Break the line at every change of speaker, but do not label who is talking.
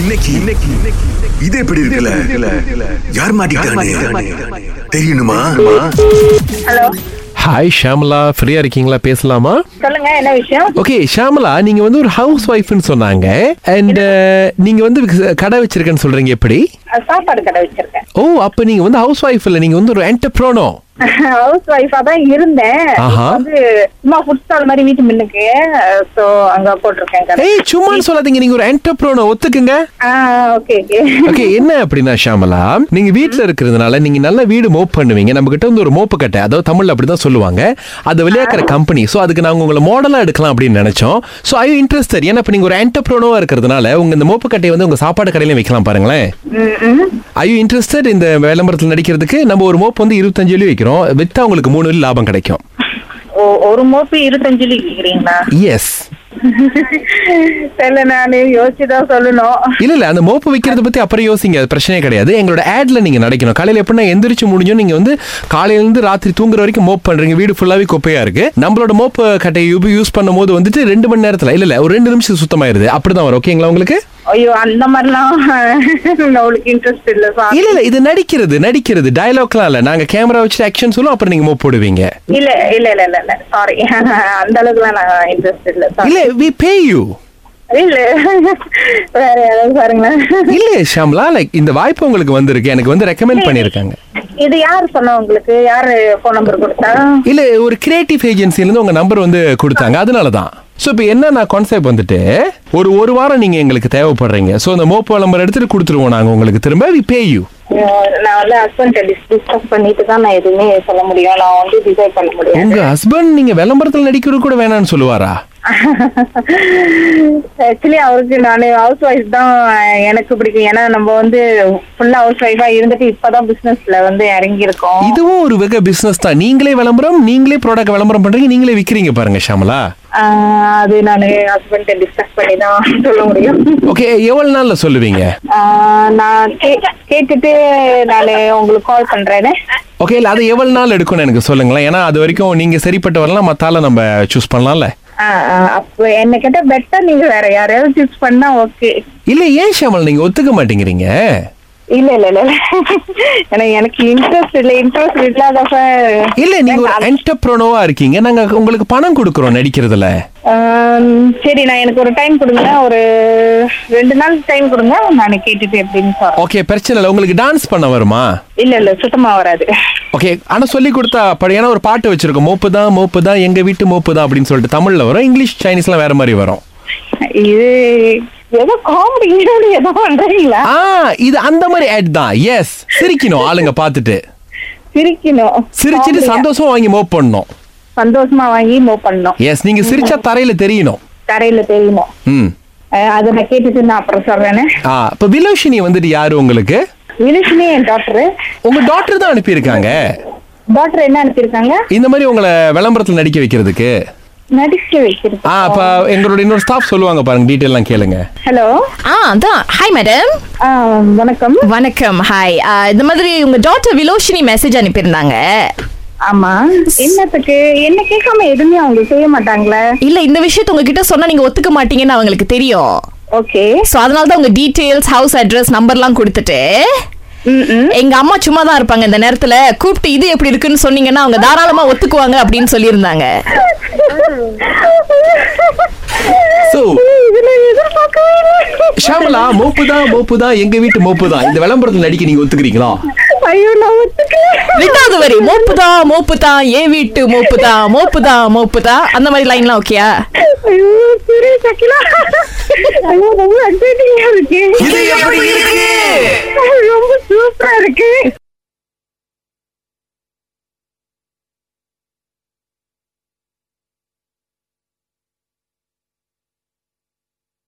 இன்னைக்கு இன்னைக்கு இது எப்படி இருக்குல்ல யார் மாட்டிக்கிட்டானே தெரியணுமா
ஹலோ
ஹாய் ஷாமலா ஃப்ரீயா இருக்கீங்களா பேசலாமா
சொல்லுங்க என்ன விஷயம்
ஓகே ஷாமலா நீங்க வந்து ஒரு ஹவுஸ் ஒய்ஃப்னு சொன்னாங்க அண்ட் நீங்க வந்து கடை வச்சிருக்கேன்னு சொல்றீங்க எப்படி
அஹ் சாப்பாடு கடை வச்சிருக்கேன்
ஓ அப்ப நீங்க வந்து ஹவுஸ் ஒய்ஃப் இல்ல நீங்க வந்து ஒரு என்டர்பிரோனோ
ஹவுஸ் ஒய்ஃபா தான் இருந்தேன் இப்ப
ஆஹா.
வந்து சும்மா ஃபுட் ஸ்டால் மாதிரி வீட்டு முன்னுக்கு சோ அங்க போட்டிருக்கேன் கடை
ஏய் சும்மா சொல்லாதீங்க நீங்க ஒரு என்டர்பிரோனோ ஒத்துக்குங்க
ஓகே ஓகே
ஓகே என்ன அப்படின்னா ஷாமலா நீங்க வீட்ல இருக்கிறதுனால நீங்க நல்ல வீடு மோப் பண்ணுவீங்க நம்ம கிட்ட வந்து ஒரு மோப்பு கட்டை அதாவது தமிழ்ல அப்படிதான் சொல்லுவாங்க அதை விளையாக்குற கம்பெனி சோ அதுக்கு நாங்க உங்களை மாடலா எடுக்கலாம் அப்படின்னு நினைச்சோம் சோ ஐ இன்ட்ரெஸ்டட் ஏன்னா இப்ப நீங்க ஒரு என்டர்பிரோனோவா இருக்கிறதுனால உங்க இந்த மோப்பு கட்டையை வந்து உங்க சாப்பாடு கடையில வைக்கலாம் பாருங்களேன் ஐ யூ இன்ட்ரெஸ்டட் இந்த விளம்பரத்தில் நடிக்கிறதுக்கு நம்ம ஒரு மோப் வந்து இருபத்தஞ்சு வெள்ளி வைக்கிறோம் வித்தா உங்களுக்கு மூணு வெள்ளி லாபம் கிடைக்கும்
ஓ ஒரு மோப்பு இருபத்தஞ்சு கேக்குறீங்களா
எஸ்
தெரியல நானு யோசிச்சுதான் சொல்லணும்
இல்ல இல்ல அந்த மோப்பு வைக்கிறத பத்தி அப்புறம் யோசிங்க அது பிரச்சனையே கிடையாது எங்களோட ஆட்ல நீங்க நடிக்கணும் காலையில எப்படின்னா எந்திரிச்சு முடிஞ்சோம் நீங்க வந்து காலையில இருந்து ராத்திரி தூங்குற வரைக்கும் மோப் பண்றீங்க வீடு ஃபுல்லாவே குப்பையா இருக்கு நம்மளோட மோப்பு கட்டையை யூஸ் பண்ணும்போது வந்துட்டு ரெண்டு மணி நேரத்துல இல்ல இல்ல ஒரு ரெண்டு நிமிஷம் சுத்தமாயிருது அப்படிதான் வரும் ஓகேங்களா உங்களுக்கு
ஐயோ அந்த மாதிரிலாம் அவளுக்கு இன்ட்ரெஸ்ட் இல்ல சார்
இல்ல இல்ல இது நடிக்கிறது நடிக்கிறது டயலாக்லாம் இல்ல நாங்க கேமரா வச்சுட்டு ஆக்ஷன் சொல்லுவோம் அப்புறம் நீங்க மோப் போடுவீங்க
இல்ல இல்ல இல்ல இல்ல இல்ல சாரி அந்த அளவுக்குலாம் நான் இன்ட்ரெஸ்ட் இல்ல sorry.
இல்ல வி பே யூ
இல்ல வேற யாராவது பாருங்களேன்
இல்ல ஷாம்லா லைக் இந்த வாய்ப்பு உங்களுக்கு வந்திருக்கு எனக்கு வந்து ரெக்கமெண்ட் பண்ணிருக்காங்க
இது யார் சொன்னா உங்களுக்கு யாரு போன் நம்பர் கொடுத்தா
இல்ல ஒரு கிரியேட்டிவ் ஏஜென்சில இருந்து உங்க நம்பர் வந்து கொடுத்தாங்க அதனால தான் ஸோ இப்போ என்ன கான்செப்ட் வந்துட்டு ஒரு ஒரு வாரம் நீங்க எங்களுக்கு தேவைப்படுறீங்க ஸோ அந்த மோப்போ நம்பர் எடுத்துட்டு கொடுத்துருவோம் நாங்க உங்களுக்கு திரும்ப வி பே யூ
அஹ் நான் வந்து ஹஸ்பண்ட் டிஸ்கஸ் பண்ணிட்டு தான் நான் எதுவுமே சொல்ல முடியும் நான் வந்து டிசைட் பண்ண முடியாது
உங்க ஹஸ்பண்ட் நீங்க விளம்பரத்துல நடிக்கிறது கூட வேணாம்னு சொல்லுவாரா
ஆக்சுவலி அவருக்கு நான் ஹவுஸ் ஒய்ஃப் தான் எனக்கு பிடிக்கும் ஏன்னா நம்ம வந்து ஃபுல்லா ஹவுஸ் ஒய்ஃபா இருந்துட்டு இப்பதான் பிசினஸ்ல வந்து இறங்கியிருக்கோம்
இதுவும் ஒரு வெக பிசினஸ் தான் நீங்களே விளம்பரம் நீங்களே ப்ராடக்ட் விளம்பரம் பண்றீங்க நீங்களே விக்கிறீங்க பாருங்க ஷாமலா
அஹ் அது நான் ஹஸ்பண்ட் டிஸ்கஸ் பண்ணி தான் சொல்ல முடியும்
ஓகே எவ்வளவு நாள்ல சொல்லுவீங்க
அஹ் நான் கே- கேட்டுட்டு நான் உங்களுக்கு கால் பண்றேனே
ஓகே இல்ல அது எவ்வளவு நாள் எடுக்கும்னு எனக்கு சொல்லுங்களேன் ஏன்னா அது வரைக்கும் நீங்க சரிப்பட்டு வரலாம் மத்தால நம்ம சூஸ் பண்ணலாம்ல
ஆ, ஆ, அப்ப என்ன கேட்டா பெட்டர் நீங்க வேற யாரையாவது சூஸ் பண்ணா ஓகே
இல்ல ஏன் ஷாமல் நீங்க ஒத்துக்க மாட்டேங்கிறீங்க
இல்ல இல்ல இல்ல இல்ல. ஏன்னா எனக்கு இன்ட்ரெஸ்ட் இல்ல இன்ட்ரெஸ்ட் இல்லாதப்ப
இல்ல நீங்க ஒரு என்டர்பிரனோவா இருக்கீங்க நாங்க உங்களுக்கு பணம் கொடுக்கறோம் நடிக்கிறதுல
ஆம், சரி நான் எனக்கு ஒரு டைம் கொடுங்க ஒரு ரெண்டு நாள் டைம் கொடுங்க நான் கேட்டுட்டு எப்படின்னு சொல்றேன்
ஓகே பிரச்சனை இல்ல உங்களுக்கு டான்ஸ் பண்ண வருமா
இல்ல இல்ல சுத்தமா வராது
ஓகே ஆனா சொல்லி கொடுத்தா படி- ஏன்னா ஒரு பாட்டு வச்சிருக்கோம் மோப்பு தான் மோப்பு தான் எங்க வீட்டு மோப்பு தான் அப்படின்னு சொல்லிட்டு தமிழ்ல வரும் இங்கிலீஷ் சைனீஸ்லாம் வேற மாதிரி வரும்
இது ஏதோ காமெடி ஏதோ பண்றீங்களா
ஆ இது அந்த மாதிரி ஆட் தான் எஸ் சிரிக்கணும் ஆளுங்க பார்த்துட்டு
சிரிக்கணும்
சிரிச்சிட்டு
Comedy-ஆ.
சந்தோஷம் வாங்கி மோப் பண்ணணும்
சந்தோஷமா வாங்கி மூவ் பண்ணணும்
எஸ் நீங்க சிரிச்சா தரையில தெரியணும்
தரையில தெரியணும்
ம்
அஹ், அதை நான் கேட்டுட்டு நான் அப்புறம் சொல்றேனே
ஆ இப்ப விலோஷினி வந்துட்டு யாரு உங்களுக்கு
வினுஷினி என் டாக்டரு
உங்க டாக்டர் தான் அனுப்பியிருக்காங்க
டாக்டர் என்ன அனுப்பியிருக்காங்க
இந்த மாதிரி உங்களை விளம்பரத்துல நடிக்க வைக்கிறதுக்கு
நடிக்க
ஆ அப்ப
வச்சிருக்கோம்
எங்களோட இன்னொரு ஸ்டாஃப் சொல்லுவாங்க பாருங்க டீடைல் எல்லாம் கேளுங்க
ஹலோ
ஆ அதான் ஹாய் மேடம்
வணக்கம்
வணக்கம் ஹாய் இந்த மாதிரி உங்க டாட்டர் விலோஷினி மெசேஜ் அனுப்பியிருந்தாங்க
ஆமா என்னத்துக்கு என்ன கேட்காம எதுவுமே அவங்க செய்ய மாட்டாங்களே
இல்ல இந்த விஷயத்தை உங்ககிட்ட சொன்னா நீங்க ஒத்துக்க மாட்டீங்கன்னு அவங்களுக்கு தெரியும்
ஓகே
சோ அதனால தான் உங்க டீடைல்ஸ் ஹவுஸ் அட்ரஸ் நம்பர்லாம் கொடுத்துட்டு எங்க அம்மா சும்மா தான் இருப்பாங்க இந்த நேரத்துல கூப்பிட்டு இது எப்படி இருக்குன்னு சொன்னீங்கன்னா அவங்க தாராளமா ஒத்துக்குவாங்க அப்படின்னு சொல்லியிருந்தாங்க
சோ ஷாமலா மோப்பு தான் மோப்பு தான் எங்க வீட்டு மோப்பு தான் இந்த விளம்பரத்துல நடிக்க நீங்க ஒத்துக்கிறீங்களா
ஐயோ நான் ஒத்துக்கல.
ரெண்டாவது வரி மோப்புதான் மோப்புதான் ஏன் வீட்டு மோப்புதான் மோப்புதான் மோப்புதான் அந்த மாதிரி லைன்லாம் ஓகேயா
ஐயோ, சரி, சகிலா. ஐயோ, ரொம்ப exciting-ஆ இருக்கு.
இது எப்படி இருக்கு?
ரொம்ப சூப்பரா இருக்கு